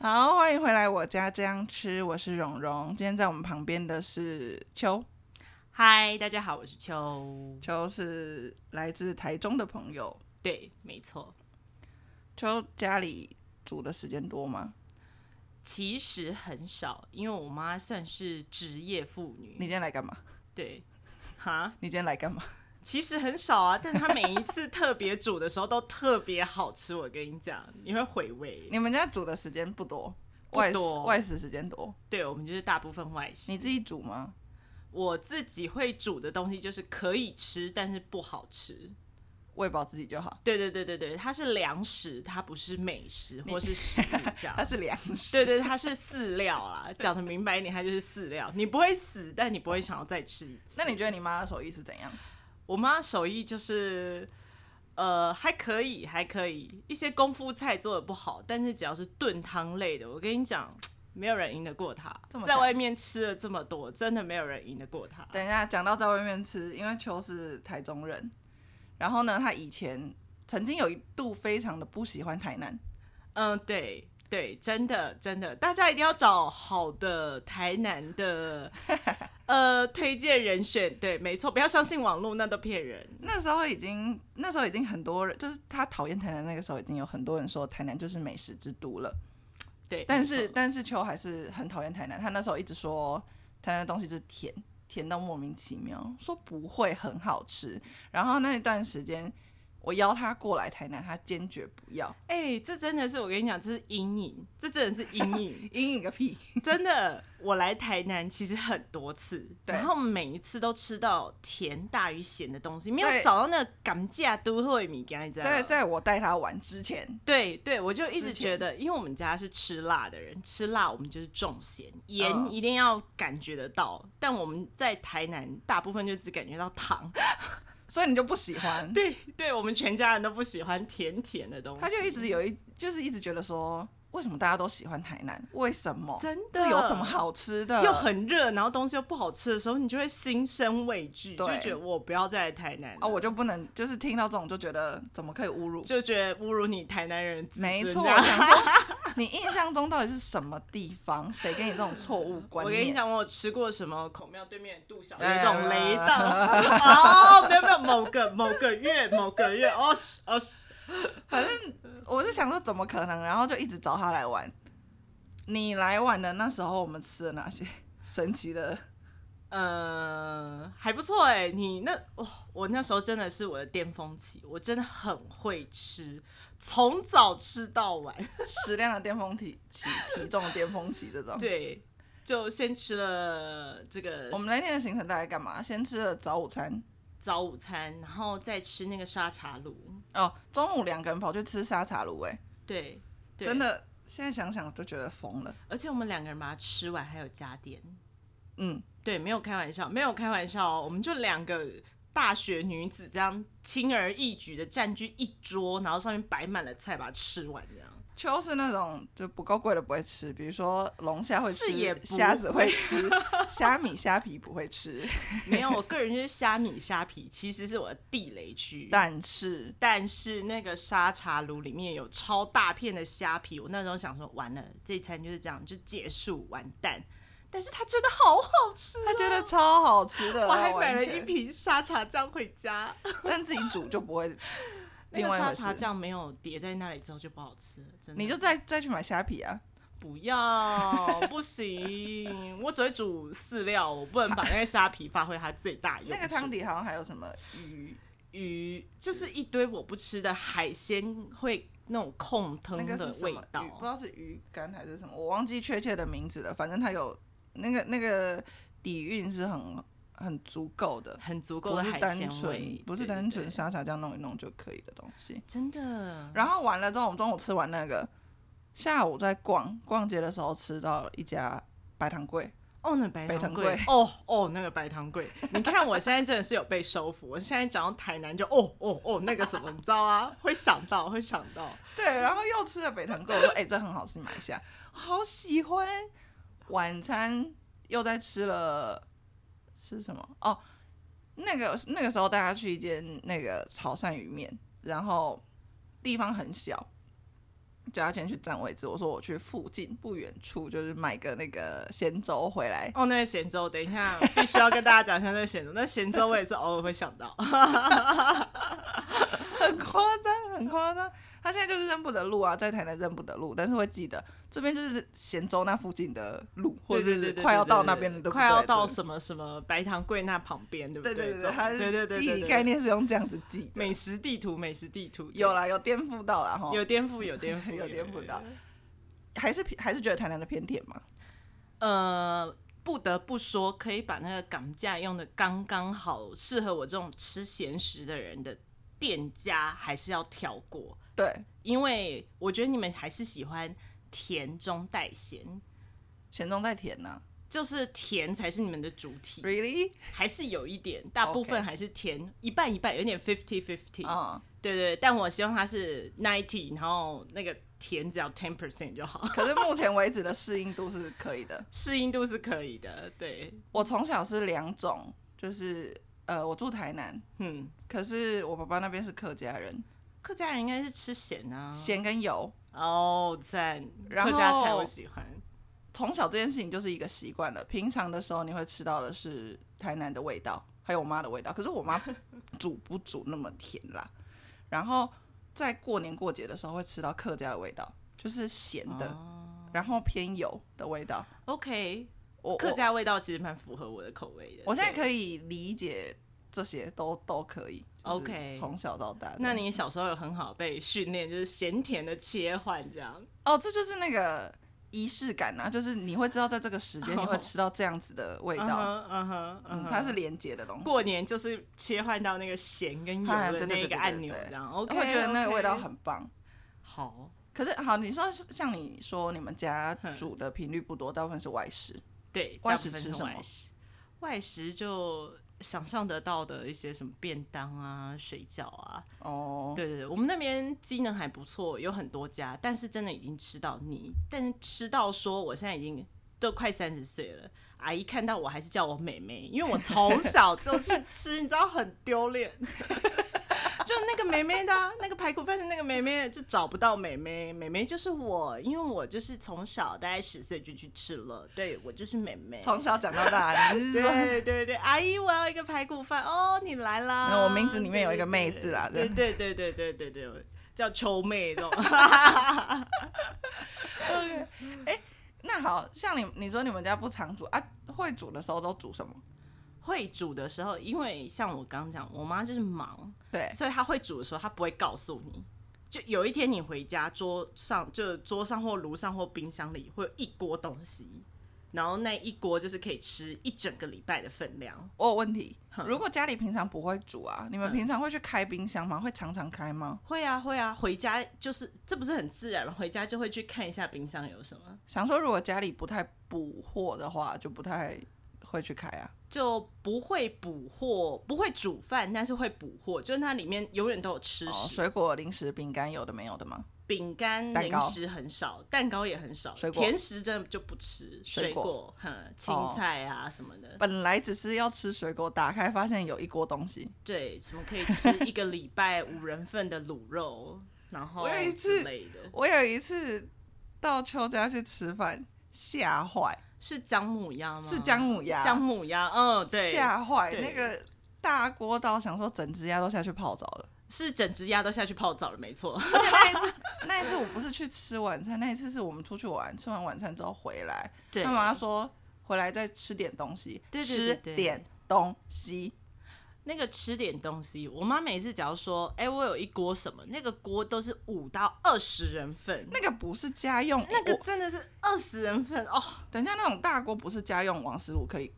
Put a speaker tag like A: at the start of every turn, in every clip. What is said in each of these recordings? A: 好，欢迎回来我家这样吃，我是蓉蓉。今天在我们旁边的是秋，
B: 嗨，大家好，我是秋。
A: 秋是来自台中的朋友。
B: 对，没错。
A: 秋家里煮的时间多吗？
B: 其实很少，因为我妈算是职业妇
A: 你今
B: 女。
A: 天来干嘛？
B: 对，哈，
A: 你今天来干嘛？
B: 其实很少啊，但她每一次特别煮的时候都特别好吃，我跟你讲，你会回味。
A: 你们家煮的时间不多，
B: 不
A: 外食
B: 多
A: 外食时间多。
B: 对，我们就是大部分外食。
A: 你自己煮吗？
B: 我自己会煮的东西就是可以吃，但是不好吃。
A: 喂饱自己就好。
B: 对对对对对，它是粮食，它不是美食或是食物这样
A: 它。是粮食。
B: 对对，它是饲料啦，讲的明白一点，它就是饲料。你不会死，但你不会想要再吃一次。
A: 那你觉得你妈的手艺是怎样？
B: 我妈手艺就是，呃，还可以，还可以，一些功夫菜做的不好，但是只要是炖汤类的，我跟你讲，没有人赢得过她
A: 这么。
B: 在
A: 强
B: 外面吃了这么多，真的没有人赢得过她。
A: 等一下讲到在外面吃，因为秋是台中人，然后呢，他以前曾经有一度非常的不喜欢台南。
B: 嗯，对对，真的真的，大家一定要找好的台南的呃推荐人选。对，没错，不要相信网络，那都骗人。
A: 那时候已经，那时候已经很多人，就是他讨厌台南那个时候，已经有很多人说台南就是美食之都了。
B: 对，
A: 但
B: 没
A: 是，
B: 错
A: 但是秋还是很讨厌台南。他那时候一直说台南的东西就是甜，甜到莫名其妙，说不会很好吃。然后那一段时间，我邀他过来台南，他坚决不要，
B: 哎、这真的是我跟你讲，这是阴影，这真的是阴 影，
A: 阴影个屁。
B: 真的。我来台南其实很多次，
A: 对
B: 然后每一次都吃到甜大于咸的东西，没有
A: 在
B: 找到那个港价都会米干，你知道吗
A: 在？在我带他玩之前，
B: 对对，我就一
A: 之
B: 直
A: 前
B: 觉得，因为我们家是吃辣的人，吃辣我们就是重咸，盐
A: 嗯
B: 一定要感觉得到。但我们在台南大部分就只感觉到糖，
A: 所以你就不喜欢。
B: 对对，我们全家人都不喜欢甜甜的东西。
A: 他就一直有一，就是一直觉得说，为什么大家都喜欢台南？为什么？
B: 真的
A: 这有什么好吃的？
B: 又很热，然后东西又不好吃的时候，你就会心生畏惧，就
A: 对
B: 觉得我不要再来台南了
A: 啊，我就不能，就是听到这种就觉得怎么可以侮辱？
B: 就觉得侮辱你台南人自尊
A: 没错，
B: 这样
A: 我想说 你印象中到底是什么地方？谁给你这种错误观
B: 我
A: 念？
B: 跟你讲，我有吃过什么孔庙对面的杜小
A: 哎
B: 那种雷
A: 哎
B: 到，哦，没有没有，某个某个月某个月，哦是哦是，
A: 反正我就想说怎么可能，然后就一直找他来玩。你来玩的那时候，我们吃了哪些神奇的？
B: 呃，还不错哎、你那哇、我那时候真的是我的巅峰期，我真的很会吃，从早吃到晚，
A: 食量的巅峰体期、体重的巅峰期这种。
B: 对，就先吃了这个
A: 我们那天的行程大概干嘛？先吃了早午餐，
B: 早午餐，然后再吃那个沙茶卤，
A: 哦，中午两个人跑去吃沙茶卤，哎，
B: 对，对
A: 真，的，现在想想就觉得疯了。
B: 而且我们两个人把它吃完还有加点，
A: 嗯，
B: 对，没有开玩笑，没有开玩笑哦，我们就两个大学女子这样轻而易举的占据一桌，然后上面摆满了菜，把它吃完这样。
A: 秋是那种就不够贵的不会吃，比如说龙虾会
B: 是也
A: 吃，
B: 不
A: 虾子会吃， 虾米虾皮不会 吃。
B: 没有，我个人就是虾米虾皮，其实是我的地雷区。
A: 但是
B: 但是那个沙茶炉里面有超大片的虾皮，我那时候想说，完了，这一餐就是这样就结束，完蛋。但是它真的好好吃、啊，
A: 他觉得超好吃的，
B: 我还买了
A: 呃完全
B: 一，瓶沙茶酱回家，
A: 但自己煮就不会。
B: 那
A: 另
B: 个
A: 外一
B: 沙
A: 回
B: 茶
A: 事，
B: 酱没有叠在那里之后就不好吃了，真的。
A: 你就再再去买虾皮啊。
B: 不要，不行，我只会煮饲料，我不能把那个虾皮发挥它最大用处。
A: 那个汤底好像还有什么鱼，
B: 鱼就是一堆我不吃的海鲜，会那种控
A: 那
B: 汤
A: 个
B: 的
A: 是什
B: 味
A: 么
B: 道
A: 鱼？。不知道是鱼干还是什么，我忘记确切的名字了。反正它有那个那个底蕴是很很足够的。
B: 很足够
A: 不
B: 的
A: 是
B: 海
A: 单
B: 鲜味
A: 纯，，不是
B: 对对
A: 单纯
B: 对
A: 沙茶酱弄一弄就可以的东西。
B: 真的。
A: 然后完了之后，我们中午吃完那个，下午在逛逛街的时候吃到一家白糖柜，
B: 哦，那白
A: 白
B: 糖
A: 糖
B: 贵
A: 粿，
B: 哦哦，那个白糖贵，你看我现在真的是有被收服，我现在讲到台南就哦哦哦那个什么，你知道啊，会想到会想到，
A: 对，然后又吃了北糖粿，我说哎、这很好吃，你买一下，好喜欢。晚餐又在吃了吃什么？哦，那个那个时候大家去一间那个潮汕鱼面，然后地方很小，就要先去占位置。我说我去附近不远处，就是买个那个咸粥回来。
B: 哦，那个咸粥，等一下必须要跟大家讲一下那个咸粥。那咸粥我也是偶尔会想到，
A: 很夸张，很夸张。他现在就是认不得路啊，在台南认不得路，但是会记得这边就是咸州那附近的路， 或
B: 对
A: 者
B: 对
A: 是
B: 对，对
A: 快要
B: 对
A: 到
B: 对
A: 那
B: 对
A: 边的，对不
B: 快要
A: 对
B: 到什么什么白糖桂那旁边，对不
A: 对对
B: 对
A: 对，他
B: 对对
A: 是
B: 对
A: 地
B: 对
A: 理
B: 对
A: 概念是用这样子记的。
B: 美食地图，美食地图
A: 有
B: 了，
A: 啦，有颠覆到啦哈，
B: 有颠覆，有颠覆，
A: 有颠覆到
B: 有。，
A: 还是还是觉得台南的偏甜嘛？
B: 呃，不得不说，可以把那个港价用的刚刚好，适合我这种吃咸食的人的店家，还是要挑过。
A: 对，
B: 因为我觉得你们还是喜欢甜中带咸，
A: 咸中带甜呐、
B: 就是甜才是你们的主体，
A: Really？
B: 还是有一点，大部分
A: OK
B: 还是甜一半一半，有点 fifty fifty。
A: 嗯，
B: 对对，但我希望它是 ninety，然后那个甜只要 ten percent 就好，
A: 可是目前为止的适应度是可以的。
B: 适应度是可以的。对，
A: 我从小是两种，就是呃，我住台南，
B: 嗯，
A: 可是我爸爸那边是客家人，
B: 客家人应该是吃咸啊，
A: 咸跟油，
B: 哦赞，
A: 然后
B: 客家菜我喜欢。
A: 从小这件事情就是一个习惯了。平常的时候你会吃到的是台南的味道，还有我妈的味道。可是我 妈煮不煮那么甜啦。然后在过年过节的时候会吃到客家的味道，就是咸的，
B: 哦
A: 然后偏油的味道。
B: OK，
A: 我
B: 客
A: 我
B: 家味道其实蛮符合我的口味的。
A: 我现在
B: 以。
A: 可以理解这些都都可以。就是
B: OK
A: 从小到大这样子。
B: 那你小时候有很好被训练，就是咸甜的切换这样。
A: 哦，这就是那个仪式感啊，就是你会知道在这个时间你会
B: 哦
A: 吃到这样子的味
B: 嗯
A: 道，
B: 哼嗯哼嗯
A: 嗯，
B: 哼，
A: 它是连接的东西。
B: 过年就是切换到那个咸跟油
A: 哎
B: 的
A: 对对
B: 那
A: 对
B: 个
A: 对
B: 按
A: 对
B: 钮
A: 对
B: 这样。OK，
A: 会觉得那个
B: OK
A: 味道很棒。
B: 好。
A: 可是好，你说是像你说你们家
B: 嗯
A: 煮的频率不多，大部分是外食，
B: 对，
A: 外
B: 大部
A: 食
B: 分
A: 吃
B: 是
A: 什
B: 外
A: 么
B: 食？外食就想象得到的一些什么便当啊、水饺啊。
A: 哦，
B: 对对对，我们那边机能还不错，有很多家，但是真的已经吃到腻，但是吃到说我现在已经。都快三十岁了，阿姨看到我还是叫我妹妹，因为我从小 就去吃，你知道很丢脸。 就那个妹妹的啊、那个排骨饭的那个妹妹，就找不到妹妹，妹妹就是我，因为我就是从小大概十岁就去吃了，对我就是妹妹。
A: 从小讲到大，你是说
B: 对对对，阿姨，我要一个排骨饭哦，你来啦。
A: 那我名字里面有一个妹字啦
B: 对对对对对对对，对叫秋妹这种。
A: 那好像你你说你们家不常煮啊，会煮的时候都煮什么？
B: 会煮的时候，因为像我刚讲，我妈就是忙，
A: 对，
B: 所以她会煮的时候，她不会告诉你。就有一天你回家，桌上就桌上或炉上或冰箱里会有一锅东西，然后那一锅就是可以吃一整个礼拜的分量。
A: 我有问题
B: 哼，
A: 如果家里平常不会煮啊，你们
B: 嗯
A: 平常会去开冰箱吗？会常常开吗？
B: 会啊会啊，回家就是这不是很自然吗？回家就会去看一下冰箱有什么。
A: 想说如果家里不太补货的话，就不太会去开啊。
B: 就不会补货，不会煮饭，但是会补货，就是它里面永远都有吃
A: 哦，
B: 食，
A: 水果、零食、饼干有的没有的吗？
B: 饼干、
A: 蛋
B: 零
A: 糕
B: 食很少，蛋糕也很少，
A: 水果
B: 甜食真的就不吃，水
A: 水果哦
B: 果、哼，青菜啊什么的，
A: 本来只是要吃水果，打开发现有一锅东西，
B: 对，什么可以吃一个礼拜五人份的卤肉，然后
A: 我有一
B: 之
A: 次
B: 类的，
A: 我有一次到邱家去吃饭，吓坏，
B: 是姜母鸭吗？
A: 是姜母鸭，
B: 哦姜母鸭，嗯，对，
A: 吓坏
B: 对
A: 那个大锅到想说整只鸭都下去泡澡了。
B: 是整只鸭都下去泡澡了，没 错，
A: 而且那一次，那一次我不是去吃晚餐，那一次是我们出去玩，吃完晚餐之后回来，
B: 对
A: 他，妈说回来再吃点东西，
B: 对对对对
A: 吃点东西，
B: 那个吃点东西，我妈每次只要说，哎、我有一锅什么，那个锅都是五到二十人份，
A: 那个不是家用，
B: 那个
A: 我
B: 真的是二十人份哦，
A: 等一下那种大锅不是家用王十五可以。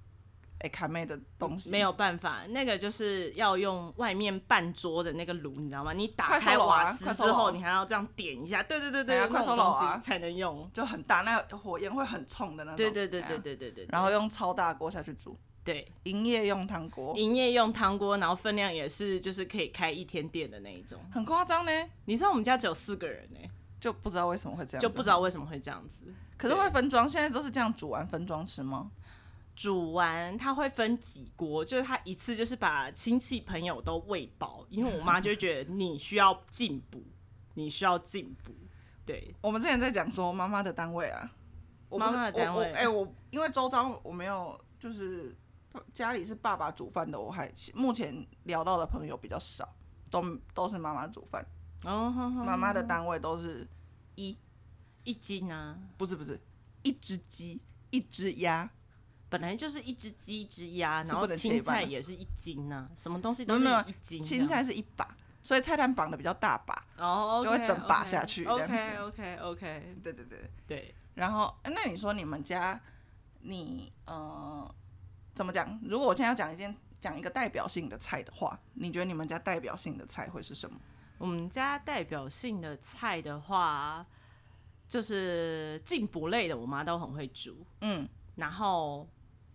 A: 哎，卡妹的东西
B: 没有办法，那个就是要用外面半桌的那个炉，你知道吗？你打
A: 快
B: 开
A: 收楼啊
B: 瓦斯
A: 快
B: 之
A: 收楼
B: 后，你还要这样点一下，对对对对，
A: 哎呀
B: 那
A: 快
B: 种
A: 收楼
B: 东
A: 啊
B: 西才能用。
A: 就很大，那火焰会很冲的那种。
B: 对对对
A: 哎呀
B: 对对对对，
A: 然后用超大锅下去煮，
B: 对
A: 营业用汤锅，
B: 营业用汤锅，然后分量也是就是可以开一天店的那一种。
A: 很夸张呢，
B: 你知道我们家只有四个人呢、
A: 就不知道为什么会这样，
B: 就不知。道为什么会这样子。
A: 可是会分装，现在都是这样煮完分装吃吗？
B: 煮完，它会分几锅，就是它一次就是把亲戚朋友都喂饱，因为我妈就会觉得你需要进补，你需要进补，对，
A: 我们之前在讲说妈妈的单位啊，我不是
B: 妈妈的单位
A: 我我哎、我因为周遭我没有，就是家里是爸爸煮饭的，我还目前聊到的朋友比较少，都都是妈妈煮饭，
B: 哦，哼哼
A: 妈妈的单位都是一，
B: 一斤啊，
A: 不是不是，一只鸡，一只鸭，
B: 本来就是一只鸡一只鸭，
A: 是
B: 然后
A: 不能切一
B: 青
A: 半
B: 菜
A: 啊
B: 也是一斤啊，什么东西
A: 没
B: 都
A: 有
B: 是
A: 没有
B: 一斤，
A: 青菜是一把，所以菜单绑的比较大把，
B: 哦，
A: 就会整把下去这样子
B: OK OK OK，
A: 对对对，
B: 对，
A: 然后哎那你说你们家，你呃怎么讲？如果我现在要讲一件讲一个代表性的菜的话，你觉得你们家代表性的菜会是什么？
B: 我们家代表性的菜的话，就是进补类的，我妈都很会煮。
A: 嗯，
B: 然后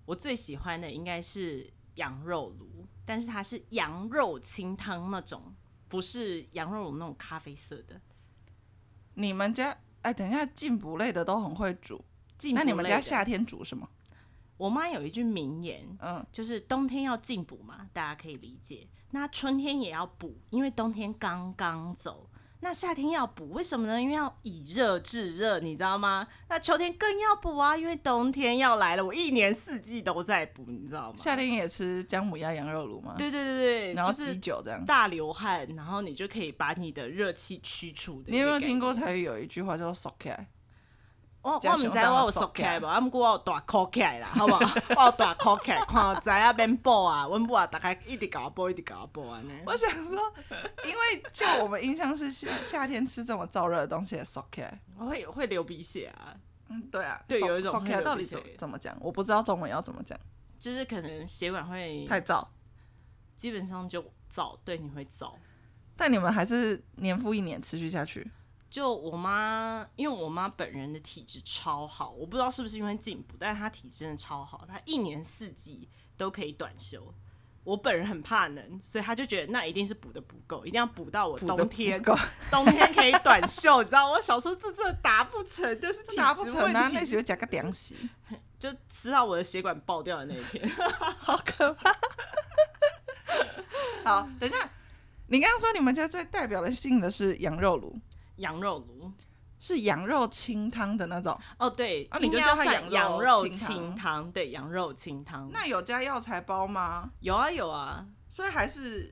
B: 我最喜欢的应该是羊肉炉，但是它是羊肉清汤那种，不是羊肉炉那种咖啡色的。
A: 你们家哎，等一下进补类的都很会煮，
B: 进
A: 那你
B: 补
A: 们
B: 类
A: 家
B: 的，
A: 夏天煮什么？
B: 我妈有一句名言，
A: 嗯，
B: 就是冬天要进补嘛，大家可以理解。那春天也要补，因为冬天刚刚走。那夏天要补，为什么呢？因为要以热制热，你知道吗？那秋天更要补啊，因为冬天要来了，我一年四季都在补，你知道吗？
A: 夏天也吃姜母鸭羊肉炉吗？，
B: 对对对对，
A: 然后
B: 就
A: 鸡
B: 是
A: 酒这样。
B: 大流汗，然后你就可以把你的热气驱除的。
A: 你有没有听过？台语有一句话叫做 “sock 开
B: 哦我我
A: 吃
B: 唔
A: 熊
B: 知
A: 掌
B: 我
A: 要
B: 有
A: 缩
B: 缩起来
A: 起
B: 无，啊，毋过我有大箍起来啦，好无？ 我有大箍起来，看我知啊免补啊，阮母啊，大概一直甲我补，一直甲我补安尼”？。
A: 我想说， 因为就我们印象是夏夏天吃这么燥热的东西也 “sock 开”。
B: 我会会流鼻血啊，
A: 嗯，对啊，
B: 对
A: sock-
B: 有一种
A: sock
B: 会
A: care
B: 流
A: 到底
B: 鼻
A: 怎
B: 水
A: 怎么讲？我不知道中文要怎么讲，
B: 就是可能血管会
A: 太燥。
B: 基本上就燥，对，你会燥。
A: 但你们还是年复一年持续下去，
B: 就我妈，因为我妈本人的体质超好，我不知道是不是因为进补，但是她体质真的超好，她一年四季都可以短休。我本人很怕冷，所以她就觉得那一定是补的不够，一定要补到我
A: 补得
B: 冬
A: 不
B: 天，
A: 够
B: 冬天可以短袖，你知道？我小时候这这达不成，就是体
A: 达不
B: 质
A: 成啊！
B: 问
A: 那
B: 题
A: 时候加个凉席，
B: 就吃到我的血管爆掉的那一天。
A: 好可怕。好，等一下，你刚刚说你们家最代表的性的是羊肉炉，
B: 羊肉炉，
A: 是羊肉清汤的那种。
B: 哦对，
A: 啊你就
B: 应该
A: 叫
B: 要
A: 它
B: 算
A: 羊
B: 羊
A: 肉
B: 肉
A: 清汤
B: 清汤，对，羊肉清汤。
A: 那有加药材包吗？
B: 有啊有啊，
A: 所以还是，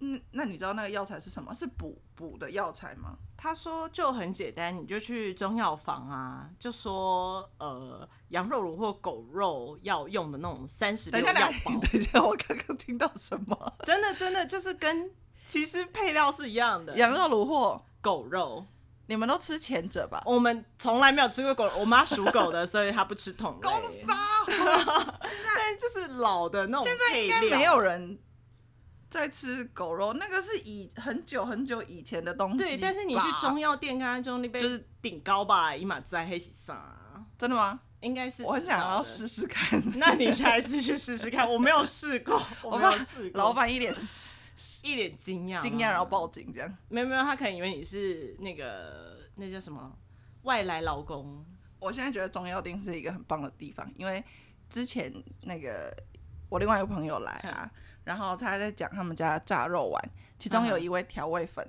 A: 嗯，那你知道那个药材是什么？是补补的药材吗？
B: 他说就很简单，你就去中药房啊，就说呃羊肉炉或狗肉要用的那种三十
A: 等
B: 六
A: 一下，
B: 药
A: 等一下
B: 包，
A: 等一下，我刚刚听到什么？
B: 真的真的就是跟其实配料是一样的。
A: 羊肉炉货，
B: 狗肉，
A: 你们都吃前者吧？
B: 我们从来没有吃过狗肉，我妈属狗的，所以她不吃桶类。
A: 公杀！
B: 但是就是老的那种
A: 现在
B: 配
A: 应
B: 料
A: 该没有人在吃狗肉，那个是以很久很久以前的东西吧。
B: 对，但是你去中药店跟他中那边
A: 就是
B: 顶高吧，一马在黑喜啥，
A: 真的吗？
B: 应该是
A: 我很想
B: 知道
A: 要
B: 的。
A: 试试看。
B: 那你下一次去试试看，我没有试过，我没
A: 怕
B: 有试 过。
A: 老板一脸
B: 一脸惊讶，
A: 惊讶，然后报警这样。
B: 没有没有，他可能以为你是那个那叫什么外来劳工，
A: 我现在觉得中药店是一个很棒的地方，因为之前那个我另外一个朋友来啊，然后他在讲他们家的炸肉丸，其中
B: 嗯哼
A: 有一味调味粉，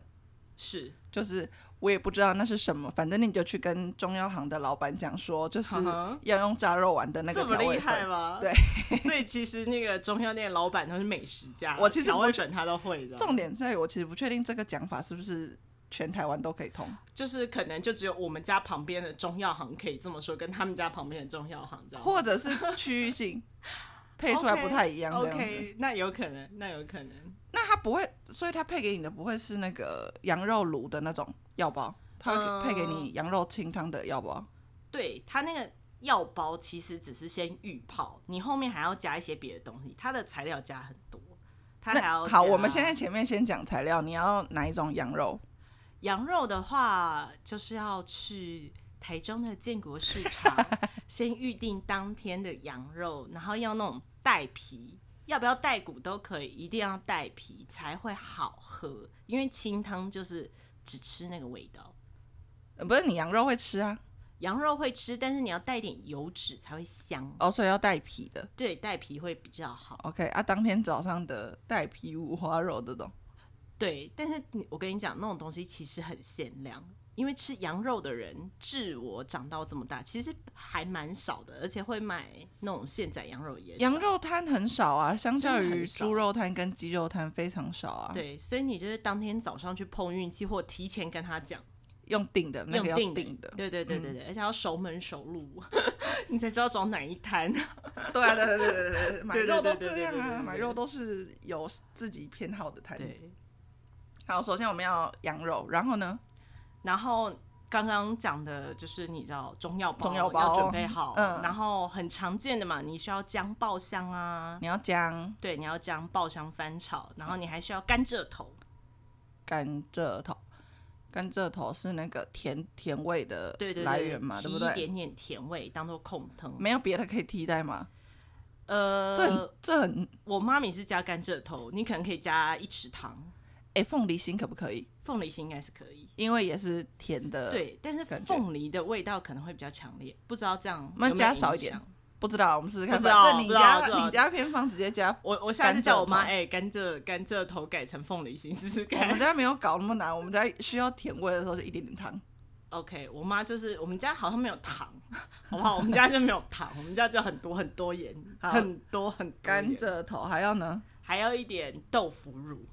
B: 是
A: 就是我也不知道那是什么，反正你就去跟中药行的老板讲说，就是
B: 嗯哼
A: 要用炸肉丸的那个
B: 这么
A: 调味
B: 厉害
A: 粉。
B: 吗？
A: 对，
B: 所以其实那个中药店老板都是美食家，
A: 我其实
B: 调
A: 不
B: 味粉他都会的，
A: 重点在于我其实不确定这个讲法是不是全台湾都可以通，
B: 就是可能就只有我们家旁边的中药行可以这么说，跟他们家旁边的中药行这样。
A: 或者是区域 性配出来不太一样这
B: OK，,
A: 样
B: o
A: 子。
B: k 那有可能，那有可能。
A: 那它不会，所以它配给你的不会是那个羊肉炉的那种药包，它会给配给你羊肉清汤的药包。
B: 对它那个药包其实只是先预泡，你后面还要加一些别的东西，它的材料加很多，它还要
A: 那好，
B: 加
A: 我们现在前面先讲材料，你要哪一种羊肉？
B: 羊肉的话，就是要去台中的建国市场先预定当天的羊肉，然后要那种带皮，要不要带骨都可以，一定要带皮才会好喝，因为清汤就是只吃那个味道。
A: 呃不是你羊肉会吃啊，
B: 羊肉会吃，但是你要带一点油脂才会香。
A: 哦，所以要带皮的。
B: 对，带皮会比较好。
A: OK 啊，当天早上的带皮五花肉这种，
B: 对，但是你我跟你讲，那种东西其实很限量，因为吃羊肉的人，至我长到这么大，其实还蛮少的，而且会买那种现宰羊肉也少
A: 羊肉摊很少啊，相较
B: 真的
A: 于
B: 很少
A: 猪肉摊跟鸡肉摊非常少啊。，
B: 对，所以你就是当天早上去碰运气，或提前跟他讲，
A: 用订的那个要
B: 用定
A: 订的。
B: 对对对对对，
A: 嗯
B: 而且要熟门熟路， 你才知道找哪一摊。
A: 对啊，对对对对对对，买
B: 对对
A: 肉
B: 对
A: 都
B: 对
A: 这
B: 对
A: 样
B: 对对
A: 啊，
B: 对
A: 买肉都是有自己偏好的摊。
B: 对，
A: 好，首先我们要羊肉，然后呢，
B: 然后刚刚讲的就是你知道中药包
A: 中药包
B: 要准备好，
A: 嗯
B: 然后很常见的嘛，你需要姜爆香啊，
A: 你要姜、
B: 对，你要姜爆香翻炒，然后你还需要甘蔗头，
A: 甘蔗头。甘蔗头是那个甜甜味的
B: 对对对，
A: 来源嘛，
B: 提
A: 对不
B: 一
A: 对？
B: 点点甜味当做控汤。
A: 没有别的可以替代吗？这很
B: 呃，
A: 这很
B: 我妈咪是加甘蔗头，你可能可以加一匙糖，
A: 哎，凤梨心可不可以？
B: 凤梨心应该是可以。
A: 因为也是甜的，，
B: 对，但是
A: 呃感觉
B: 凤梨的味道可能会比较强烈，不知道这样
A: 我们
B: 有没有
A: 加少一
B: 影
A: 点
B: 响
A: 不知道我们试试看。
B: 不知道
A: 反正你
B: 不知道不知
A: 家
B: 道
A: 你家偏方直接加，
B: 我我下次叫我妈，
A: 甘蔗头嗯
B: 哎、甘蔗甘蔗头改成凤梨心试试
A: 我们
B: 看。
A: 家没有搞那么难，我们家需要甜味的时候就一点点糖。
B: OK，我妈就是我们家好像没有糖， 好不好？我们家就没有糖，我们家就很多很多盐，
A: 好
B: 很多很多
A: 甘
B: 盐，
A: 蔗头还要呢？
B: 还要一点豆腐乳。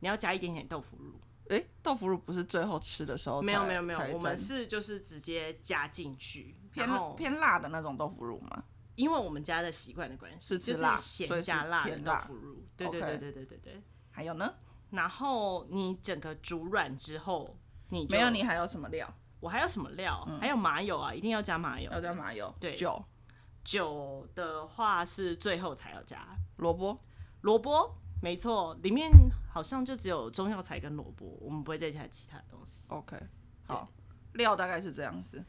B: 你要加一点点豆腐乳，
A: 诶，豆腐乳不是最后吃的时候才
B: 没有没有没有
A: 才，
B: 我们
A: 沾
B: 是就是直接加进去，然后
A: 偏偏辣的那种豆腐乳嘛。
B: 因为我们家的习惯的关系，
A: 是吃
B: 就是
A: 辣所以
B: 咸
A: 是
B: 加辣的
A: 偏
B: 豆
A: 辣
B: 腐乳，对对
A: OK
B: 对对对对对。
A: 还有呢？
B: 然后你整个煮软之后，你就
A: 没有，你还有什么料？
B: 我还有什么料？还有麻油啊，一定要加麻油。
A: 要加麻油、
B: 对
A: 酒、
B: 酒的话是最后才要加
A: 萝卜。
B: 萝卜，没错，里面好像就只有中药材跟萝卜，我们不会再加其他东西。
A: OK，好，料大概是这样子。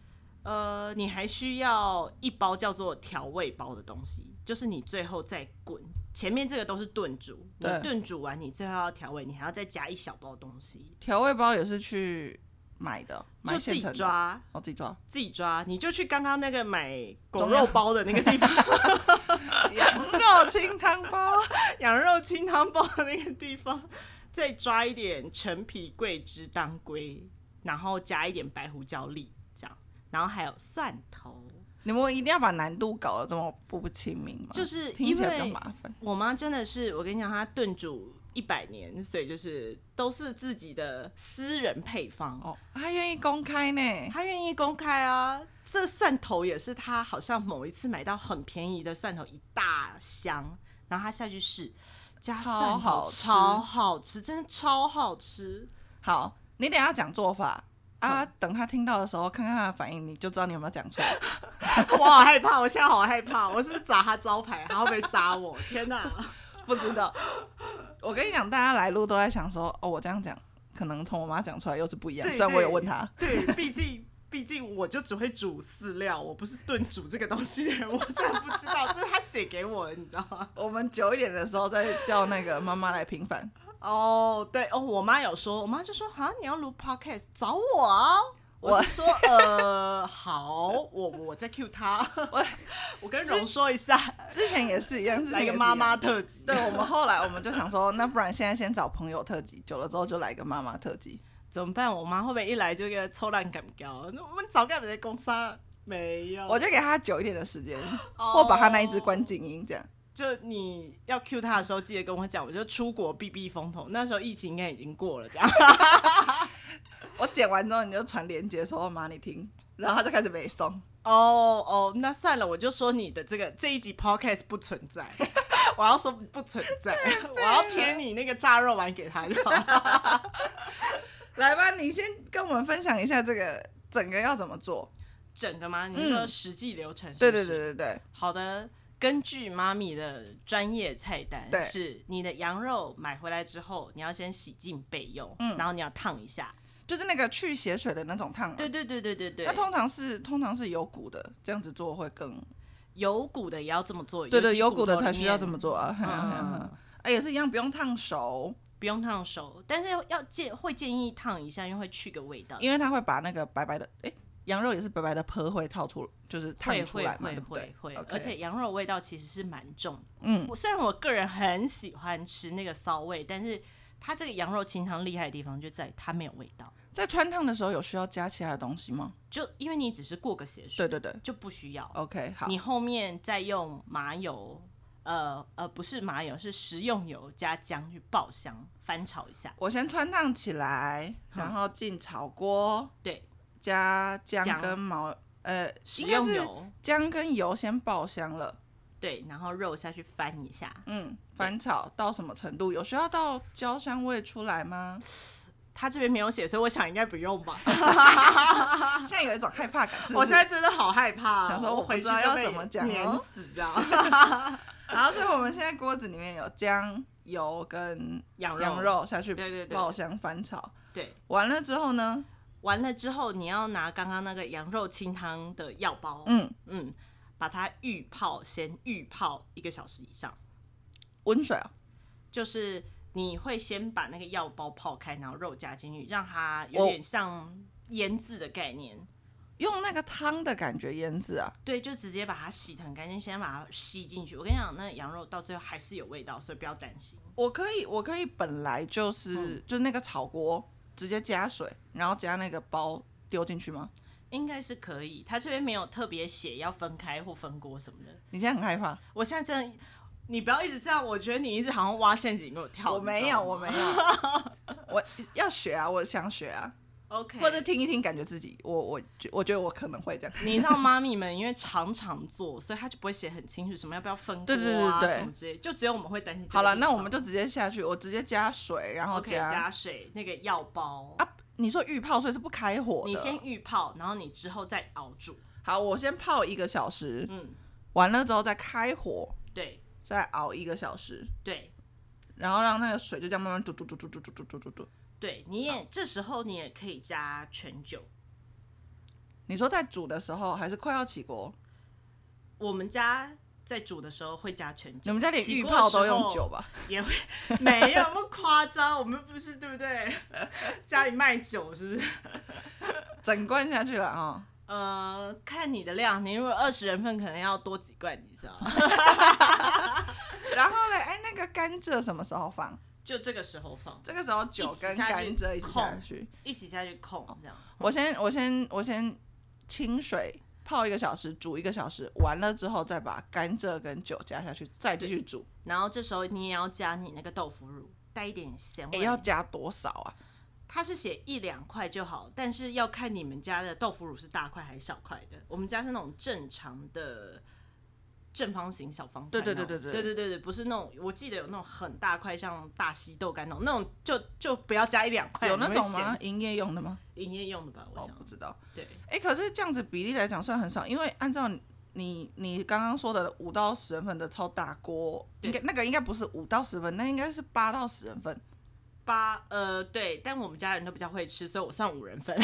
B: 呃，你还需要一包叫做调味包的东西，就是你最后再滚，前面这个都是炖煮，你
A: 对
B: 炖煮完你最后要调味，你还要再加一小包东西，
A: 调味包也是去买的，买
B: 就自
A: 现
B: 己
A: 成的，
B: 抓。
A: 我自己抓。
B: 自己抓，你就去刚刚那个买狗
A: 中药
B: 肉包的那个地方，
A: 羊肉清汤包，
B: 羊肉清汤包的那个地方，再抓一点陈皮、桂枝、当归，然后加一点白胡椒粒，这样，然后还有蒜头。
A: 你们一定要把难度搞得这么不亲民吗？
B: 就是
A: 听
B: 因
A: 起来比较
B: 为
A: 麻烦。
B: 我妈真的是，我跟你讲，她炖煮一百年，所以就是都是自己的私人配方。
A: 哦，他愿意公开呢，
B: 她愿意公开啊，这蒜头也是她好像某一次买到很便宜的蒜头一大箱，然后她下去试，加
A: 超
B: 蒜头
A: 好吃
B: 超好吃，真的超好吃。
A: 好，你等一下讲做法啊，等他听到的时候，看看他的反应，你就知道你有没有讲错。
B: 我好害怕，我现在好害怕，我是不是砸他招牌，他会不会杀我？天哪！
A: 不知道，我跟你讲，大家来路都在想说，哦，我这样讲，可能从我妈讲出来又是不一样。
B: 对
A: 虽然我有问她，
B: 对，毕竟毕竟我就只会煮饲料，我不是炖煮这个东西的人，我真的不知道，这是他写给我的，你知道吗？
A: 我们久一点的时候再叫那个妈妈来平反。
B: 哦，对哦，我妈有说，我妈就说啊，你要录 podcast 找我啊。
A: 我
B: 我是说，呃，好，我我再 Q 他， 我我跟荣说一下，
A: 之前也是一样，之前
B: 来
A: 也是
B: 个
A: 一样
B: 妈妈。特辑。
A: 对我们后来我们就想说，那不然现在先找朋友特辑，久了之后就来个妈妈特辑。
B: 怎么办？我妈会不会一来就给抽烂感胶？那我们早干嘛在公杀？没有，
A: 我就给她久一点的时间，
B: 哦
A: 或把她那一只关静音这样。
B: 就你要 Q 她的时候，记得跟我讲，我就出国避避风头。那时候疫情应该已经过了，这样。
A: 我剪完之后你就传链接说妈你听，然后她就开始背诵。
B: 哦哦，那算了，我就说你的这个这一集 podcast 不存在， 我要说不存 在，我要贴你那个炸肉丸给她就好了。
A: 来吧，你先跟我们分享一下这个整个要怎么做。
B: 整个吗？你说实际流程是不
A: 对
B: 是？
A: 嗯对对对对，
B: 好的，根据妈咪的专业菜单
A: 对，
B: 是你的羊肉买回来之后，你要先洗净备用，
A: 嗯
B: 然后你要烫一下。
A: 就是那个去血水的那种烫嘛。
B: 对对对对对对
A: 嗯那，通常是通常是有骨的，这样子做会更
B: 有骨的也要这么做。
A: 对对，
B: 尤
A: 有
B: 其
A: 骨的
B: 头
A: 才
B: 里
A: 需要
B: 面
A: 这么做啊。哎、
B: 嗯
A: 啊也是一样，不用烫熟，
B: 不用烫手，但是要建会建议烫一下，因为会去个味道。
A: 因为它会把那个白白的，哎、羊肉也是白白的壳会套出，就是
B: 会
A: 烫出
B: 会
A: 来嘛，
B: 会
A: 对不
B: 会
A: 对？
B: 会，
A: OK
B: 而且羊肉的味道其实是蛮重的。
A: 嗯，
B: 我虽然我个人很喜欢吃那个骚味，但是它这个羊肉清汤厉害的地方就在于它没有味道。
A: 在穿烫的时候有需要加其他的东西吗？
B: 就因为你只是过个血水，
A: 对对对
B: 就不需要。
A: ，OK，好，
B: 你后面再用麻油，呃呃，不是麻油，是食用油加姜去爆香，翻炒一下。
A: 我先穿烫起来，然后进炒锅，
B: 嗯对，
A: 加
B: 姜
A: 姜跟毛，呃，
B: 食
A: 应该
B: 用
A: 是
B: 油，
A: 姜跟油先爆香了，
B: 对，然后肉下去翻一下，
A: 嗯，翻炒到什么程度？有需要到焦香味出来 吗？
B: 他这边没有写，所以我想应该不用吧。
A: 啊现在有一种害怕感，是不
B: 我
A: 是
B: 现在真的好害怕、哦
A: 想说
B: 我
A: 我不
B: 回
A: 知
B: 去
A: 道
B: 就
A: 要
B: 被
A: 怎么讲哦
B: 碾死这 样。
A: 然后所以我们现在锅子里面有姜、油跟
B: 羊肉，
A: 羊肉下去
B: 对对对
A: 爆香翻炒，
B: 对，
A: 完了之后呢，
B: 完了之后你要拿刚刚那个羊肉清汤的药包，
A: 嗯，
B: 嗯，把它预泡，先预泡一个小时以上，
A: 温水啊，
B: 就是你会先把那个药包泡开，然后肉加进去，让它有点像腌制的概念。
A: 用那个汤的感觉腌制啊，
B: 对，就直接把它洗得很干净，先把它吸进去。我跟你讲，那羊肉到最后还是有味道，所以不要担心。
A: 我可以，我可以本来就是、
B: 嗯
A: 就是那个炒锅直接加水，然后加那个包丢进去吗？
B: 应该是可以，它这边没有特别写要分开或分锅什么的。
A: 你现在很害怕？
B: 我现在真的，你不要一直这样，我觉得你一直好像挖陷阱给我跳。
A: 我没有，我没
B: 有。
A: 有，我要学啊，我想学啊，
B: OK，
A: 或者听一听，感觉自己，我我觉我觉得我可能会这样。
B: 你知道妈咪们因为常常做，所以她就不会写很清楚什么要不要分锅啊
A: 对对对对
B: 什么之类，就只有我们会担心这个地
A: 好
B: 方。
A: 了，那我们就直接下去，我直接加水，然后
B: OK 加水那个药包。
A: 啊，你说预泡，所以是不开火的。
B: 你先预泡，然后你之后再熬煮。
A: 好，我先泡一个小时，
B: 嗯，
A: 完了之后再开火，
B: 对
A: 再熬一个小时，
B: 对
A: 然后让那个水就这样慢慢煮煮煮煮煮煮煮煮煮煮。
B: 对，你也这时候你也可以加全酒。
A: 你说在煮的时候还是快要起锅？
B: 我们家在煮的时候会加全
A: 你
B: 酒，
A: 们家连
B: 起
A: 预
B: 锅的
A: 泡都
B: 时
A: 用
B: 候
A: 酒吧？
B: 也会没有那么夸张，我们不是对 不对？家里卖酒是不是？
A: 整罐下去了啊、
B: 呃，看你的量，你如果二十人份，可能要多几罐，你知道吗？
A: 然后嘞，哎，那个甘蔗什么时候放？
B: 就这个时候放，
A: 这个时候酒跟甘蔗一起下去。
B: 一起下去控这样。
A: 我先我先我先清水泡一个小时，煮一个小时，完了之后再把甘蔗跟酒加下去，再继续煮。
B: 然后这时候你也要加你那个豆腐乳，带一点咸
A: 哎，
B: 味。
A: 要加多少啊？
B: 它是写一两块就好，但是要看你们家的豆腐乳是大块还是小块的。我们家是那种正常的正方形、小方块
A: 对
B: 那
A: 对
B: 种，
A: 对对
B: 对
A: 对
B: 对对对不是那种我记得有那种很大块，像大西豆干那种，那种就就不要加一两块，
A: 有那
B: 你会
A: 种吗？
B: 咸
A: 营业用的吗？
B: 营业用的吧，我
A: 哦
B: 想，
A: 不知道。
B: 对，
A: 哎、可是这样子比例来讲算很少，因为按照你你刚刚说的五到十人份的超大锅，
B: 对
A: 应该那个应该不是五到十分，那应该是八到十人份。
B: 八呃对，但我们家人都比较会吃，所以我算五人份。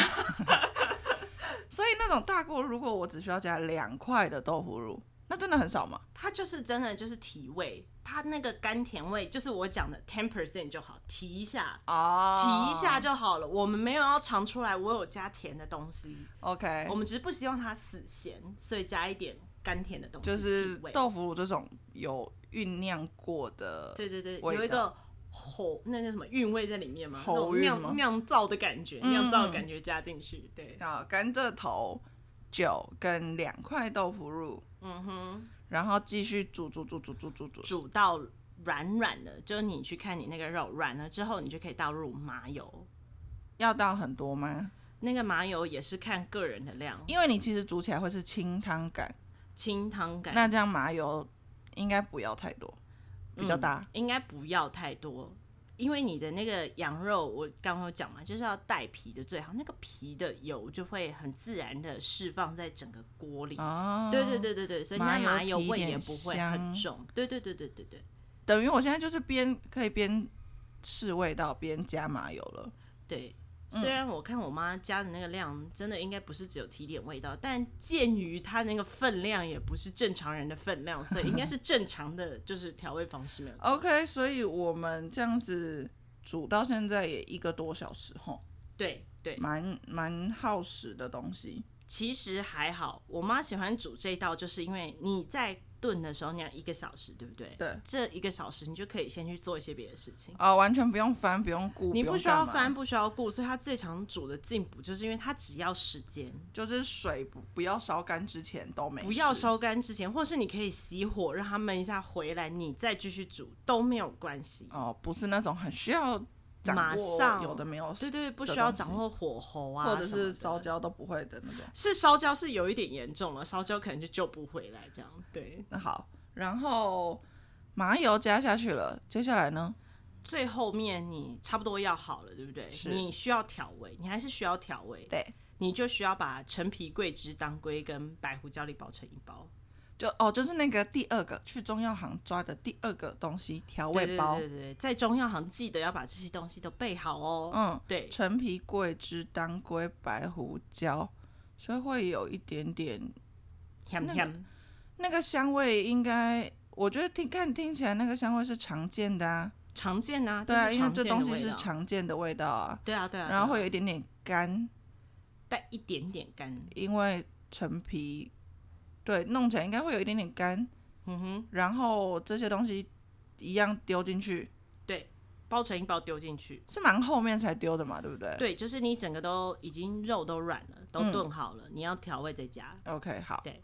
A: 所以那种大锅，如果我只需要加两块的豆腐乳，那真的很少嘛？
B: 它就是真的就是提味，它那个甘甜味就是我讲的 ten percent 就好，提一下，
A: 哦
B: 提一下就好了。我们没有要尝出来我有加甜的东西，
A: ，OK，
B: 我们只是不希望它死咸，所以加一点甘甜的东西，
A: 就是
B: 提味。
A: 豆腐乳这种有酝酿过的，
B: 对对对，
A: 味道
B: 有一个喉那叫什么韵味在里面嘛，那
A: 喉
B: 种
A: 韵吗
B: 酿酿造的感觉，
A: 嗯
B: 酿造的感觉加进去。对，
A: 然后甘蔗头、酒跟两块豆腐乳，
B: 嗯哼，
A: 然后继续煮煮煮煮煮煮煮
B: 煮到软软的，就是你去看你那个肉软了之后，你就可以倒入麻油。
A: 要倒很多吗？
B: 那个麻油也是看个人的量，
A: 因为你其实煮起来会是清汤感，
B: 清汤感
A: 那这样麻油应该不要太多，比较大。
B: 嗯应该不要太多，因为你的那个羊肉，我刚刚有讲嘛，就是要带皮的最好，那个皮的油就会很自然的释放在整个锅里。
A: 哦，
B: 对对，对对对，所以
A: 麻
B: 那麻
A: 油
B: 油
A: 提一
B: 味
A: 点
B: 也不会
A: 香
B: 很重。对对对对对对
A: 等于我现在就是边可以边试味道边加麻油了。
B: 对。
A: 嗯
B: 虽然我看我妈加的那个量，真的应该不是只有提点味道，但鉴于它那个分量也不是正常人的分量，所以应该是正常的，就是调味方式 没有错。
A: OK，所以我们这样子煮到现在也一个多小时吼，
B: 对对，
A: 蛮蛮耗时的东西。
B: 其实还好，我妈喜欢煮这一道，就是因为你在炖的时候，你要一个小时，对不对？
A: 对。
B: 这一个小时，你就可以先去做一些别的事情。
A: 啊、完全不用翻，不用顾，
B: 你
A: 不
B: 不
A: 用
B: 需要
A: 干嘛
B: 翻，，不需要顾，所以它最常煮的进补，就是因为它只要时间，
A: 就是水不不要烧干之前都没事，
B: 不要烧干之前，或是你可以熄火让它焖一下，回来你再继续煮都没有关系。
A: 哦、不是那种很需要掌
B: 马
A: 握
B: 上
A: 有的没有，
B: 对对，不
A: 的
B: 需要
A: 东西
B: 掌握火候啊，
A: 或者是
B: 什么
A: 烧
B: 的。
A: 焦都不会的那种。
B: 是烧焦是有一点严重了，烧焦可能就救不回来这样。对，
A: 那好，然后麻油加下去了，接下来呢？
B: 最后面你差不多要好了，对不对？
A: 是
B: 你需要调味，你还是需要调味，
A: 对，
B: 你就需要把陈皮、桂枝、当归跟白胡椒粒包成一包
A: 就哦，就是那个第二个去中药行抓的第二个东西调
B: 对
A: 味包，
B: 对对对对，在中药行记得要把这些东西都备好哦。
A: 嗯，
B: 对，
A: 陈皮、桂枝、当归、白胡椒，所以会有一点点
B: 香
A: 那个
B: 香
A: 那个香味，应该我觉得听看听起来那个香味是常见的啊，
B: 常见啊，
A: 对啊，
B: 是
A: 因为
B: 常
A: 这
B: 见的
A: 东西
B: 味
A: 是
B: 道
A: 常见的味道啊，
B: 对啊对啊，
A: 然后
B: 对啊
A: 会有一点点干，
B: 带一点点干，
A: 因为陈皮对弄起来应该会有一点点干，
B: 嗯哼，
A: 然后这些东西一样丢进去，
B: 对，包成一包丢进去。
A: 是蛮后面才丢的嘛，对不对？
B: 对，就是你整个都已经肉都软了，都
A: 嗯
B: 炖好了，你要调味再加。
A: ，OK，好，
B: 对，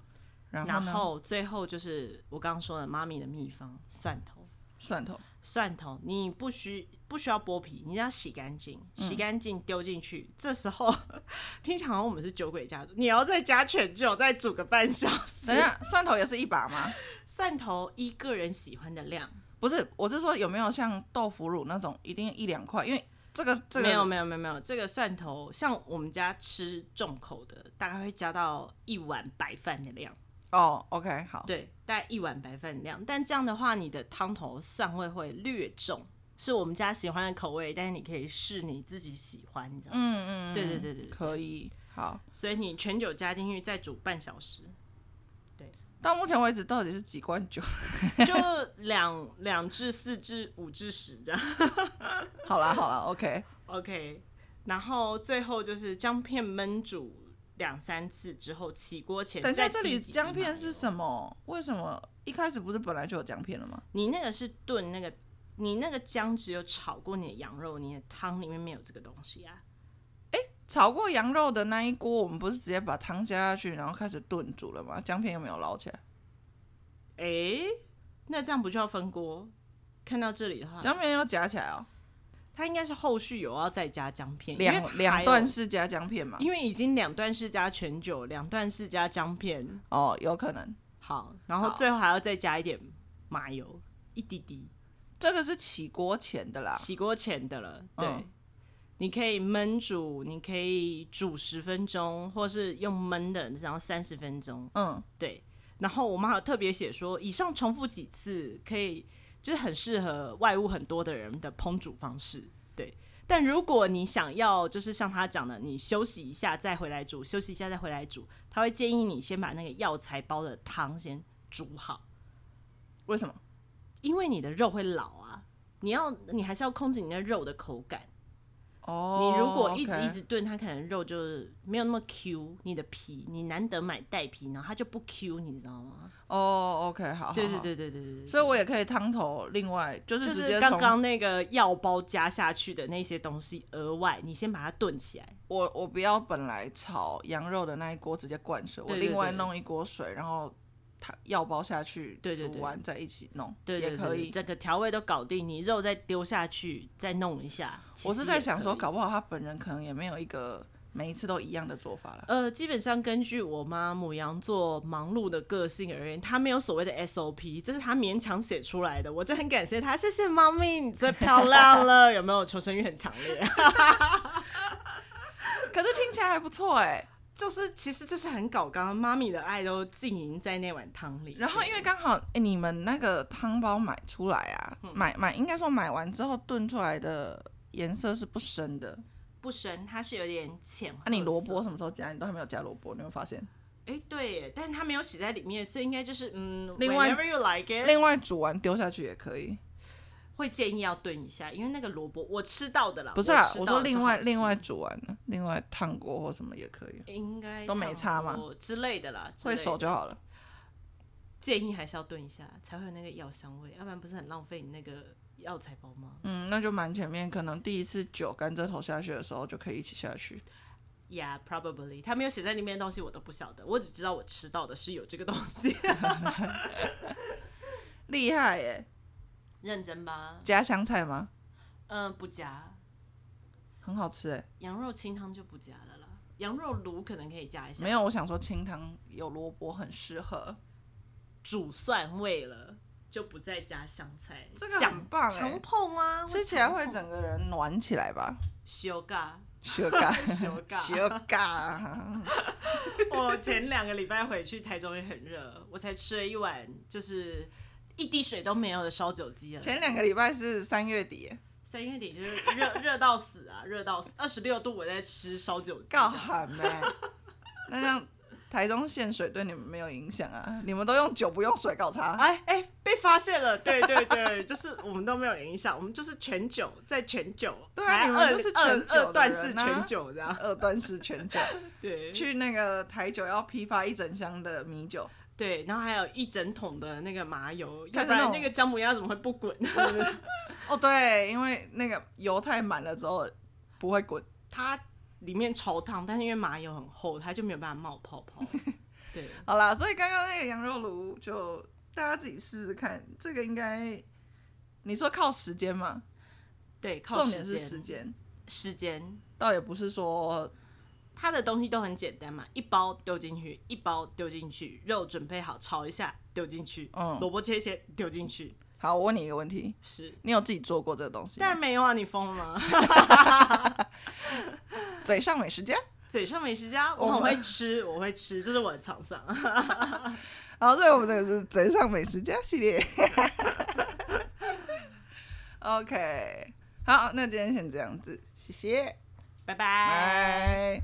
A: 然后
B: 然
A: 呢？
B: 后最后就是我刚刚说的妈咪的秘方蒜头，
A: 蒜头，
B: 蒜头你不需不需要剥皮，你要洗干净，
A: 嗯
B: 洗干净丢进去。这时候 听起来好像我们是酒鬼家族，你要再加全酒，再煮个半小时
A: 等一。下，蒜头也是一把吗？
B: 蒜头依个人喜欢的量，
A: 不是，我是说有没有像豆腐乳那种一定一两块？因为这个这个
B: 没有没有没有没有，这个蒜头像我们家吃重口的，大概会加到一碗白饭的量。
A: 哦，OK，好，
B: 对，大概一碗白饭量。但这样的话，你的汤头蒜味会略重，是我们家喜欢的口味，但是你可以试你自己喜欢，你知道吗？
A: 嗯嗯，嗯
B: 对对对对对
A: 可以，好。
B: 所以你全酒加进去，再煮半 小时，
A: 到目前为止到底是几罐酒？
B: 就两两至四至五至十这样。
A: 好啦好啦，OK，
B: OK，然后最后就是姜片焖煮两三次之后，起锅前
A: 等一下，
B: 再
A: 这
B: 滴
A: 里
B: 几滴
A: 姜
B: 麻
A: 片
B: 油
A: 是什么？为什么一开始不是本来就有姜片了吗？
B: 你那个是炖那个，你那个姜只有炒过你的羊肉，你的汤里面没有这个东西啊。
A: 炒过羊肉的那一锅，我们不是直接把汤加下去，然后开始炖煮了吗？姜片有没有捞起来？
B: 诶，那这样不就要分锅？看到这里的话，
A: 姜片要夹起来哦，
B: 它应该是后续有要再加姜片，因为它
A: 两两段
B: 还
A: 式加姜片嘛
B: 哦有，？因为已经两段式加全酒，两段式加姜片，
A: 哦，有可能。
B: 好，然后
A: 好
B: 最后还要再加一点麻油，一滴滴，
A: 这个是起锅前的啦，
B: 起锅前的了，对。
A: 啊嗯
B: 你可以焖煮，你可以煮十分钟，或是用焖的，然后三十分钟。
A: 嗯，
B: 对，然后我们还有特别写说，以上重复几次可以，就是很适合外物很多的人的烹煮方式。对，但如果你想要就是像他讲的，你休息一下再回来煮，休息一下再回来煮，他会建议你先把那个药材包的汤先煮好，
A: 为什么？
B: 因为你的肉会老啊，你要你还是要控制你的肉的口感。
A: 哦，
B: 你如果一直
A: OK
B: 一直炖，它可能肉就是没有那么 Q，你的皮你难得买带皮，然后它就不 Q，你知道吗？
A: 哦，OK，好好好
B: 对对，对对对对对。
A: 所以我也可以汤头，另外就是
B: 就
A: 直
B: 是
A: 接
B: 刚
A: 从
B: 刚那个药包加下去的那些东西，额外你先把它炖起来，
A: 我我不要本来炒羊肉的那一锅直接灌水，我
B: 对对
A: 另外
B: 对
A: 弄一锅水，然后它药包下去，
B: 对对
A: 煮
B: 对
A: 完再一起弄，
B: 对对
A: 也
B: 对
A: 可
B: 对
A: 以。
B: 整个调味都搞定，你肉再丢下去，再弄一下。其
A: 我
B: 实
A: 是在
B: 也
A: 想说，
B: 可以
A: 搞不好他本人可能也没有一个每一次都一样的做法了。
B: 呃，基本上根据我妈母羊座忙碌的个性而言，她没有所谓的 SOP，这是她勉强写出来的。我就很感谢她，谢谢猫咪，你最漂亮了，有 没有？求生欲很强烈。
A: 可是听起来还不错哎、
B: 就是其实这是很搞刚，妈咪的爱都浸淫在那碗汤里。
A: 然后因为刚好、诶你们那个汤包买出来啊，
B: 嗯
A: 买买应该说买完之后炖出来的颜色是不深的。
B: 不深，它是有点浅褐色。
A: 那、你萝卜什么时候加？你都还没有加萝卜，你会发现。
B: 哎、对耶，但它没有写在里面，所以应该就是嗯，
A: 另外
B: whenever you like it。
A: 另外煮完丢下去也可以。
B: 会建议要炖一下，因为那个萝卜我吃到的啦，
A: 不是
B: 啊
A: 啊，，我说
B: 说
A: 另外另外煮完了，另外烫过或什么也可以，
B: 应该
A: 都没差嘛
B: 差不多之类的啦，之
A: 会
B: 类的
A: 熟就好了。
B: 建议还是要炖一下，才会有那个药香味，要不然不是很浪费你那个药材包吗？
A: 嗯，那就蛮前面，可能第一次酒甘蔗头下去的时候就可以一起下去。
B: Yeah, probably。他没有写在里面的东西我都不晓得，我只知道我吃到的是有这个东 西。
A: 厉害耶！
B: 认真吧？
A: 加香菜吗？
B: 嗯，不加
A: 很好吃哎。
B: 羊肉清汤就不加了啦，羊肉炉可能可以加一下，
A: 没有，我想说清汤有萝卜很适合。
B: 煮蒜味了就不再加香菜，
A: 这个很棒欸
B: 想常碰啊，
A: 吃起来会
B: 长
A: 整个人暖起来 吧？
B: 修嘎。
A: 修嘎，
B: 修嘎
A: 修 嘎，
B: 我前两个礼拜回去台中也很热，我才吃了一碗就是一滴水都没有的烧酒鸡啊了。
A: 前两个礼拜是三月底耶，
B: 三月底就是热 热到死啊，热到死，二十六度我在吃烧酒鸡这
A: 告
B: 样，
A: 喊 呢。那这样台中限水对你们没有影响啊？你们都用酒不用水搞差，
B: 哎哎，被发现了，对对对，就是我们都没有影响，我们就是全酒，在全酒，
A: 对啊
B: 还
A: 你们
B: 二
A: 就是全酒的
B: 二二段式
A: 人啊
B: 全酒这样，
A: 二段式全 酒，
B: 对
A: 去那个台酒要批发一整箱的米酒，
B: 对，然后还有一整桶的那个麻油，要
A: 看
B: 不
A: 着那
B: 然
A: 种
B: 那个姜母鸭怎么会不滚？
A: 哦，对，因为那个油太满了之后不会滚，
B: 它里面超烫，但是因为麻油很厚，它就没有办法冒泡 泡。对，
A: 好啦，所以刚刚那个羊肉炉就大家自己试试看，这个应该你说靠时间嘛，
B: 对，靠
A: 重
B: 时
A: 点是
B: 间，
A: 时间，
B: 时间，
A: 倒也不是说
B: 它的东西都很简单嘛，一包丢进去，一包丢进去，肉准备好炒一下丢进去，
A: 嗯
B: 萝卜切一切丢进去，
A: 好。我问你一个问题，
B: 是。
A: 你有自己做过这个东西
B: 但
A: 吗？
B: 是没有啊，你疯了吗？
A: 嘴上美食家。
B: 嘴上美食家，我很会吃，我会吃，这是我的强项。
A: 好，哦所以我们这个是嘴上美食家系列。OK，好，那今天先这样子，谢谢，
B: 拜拜。
A: 拜。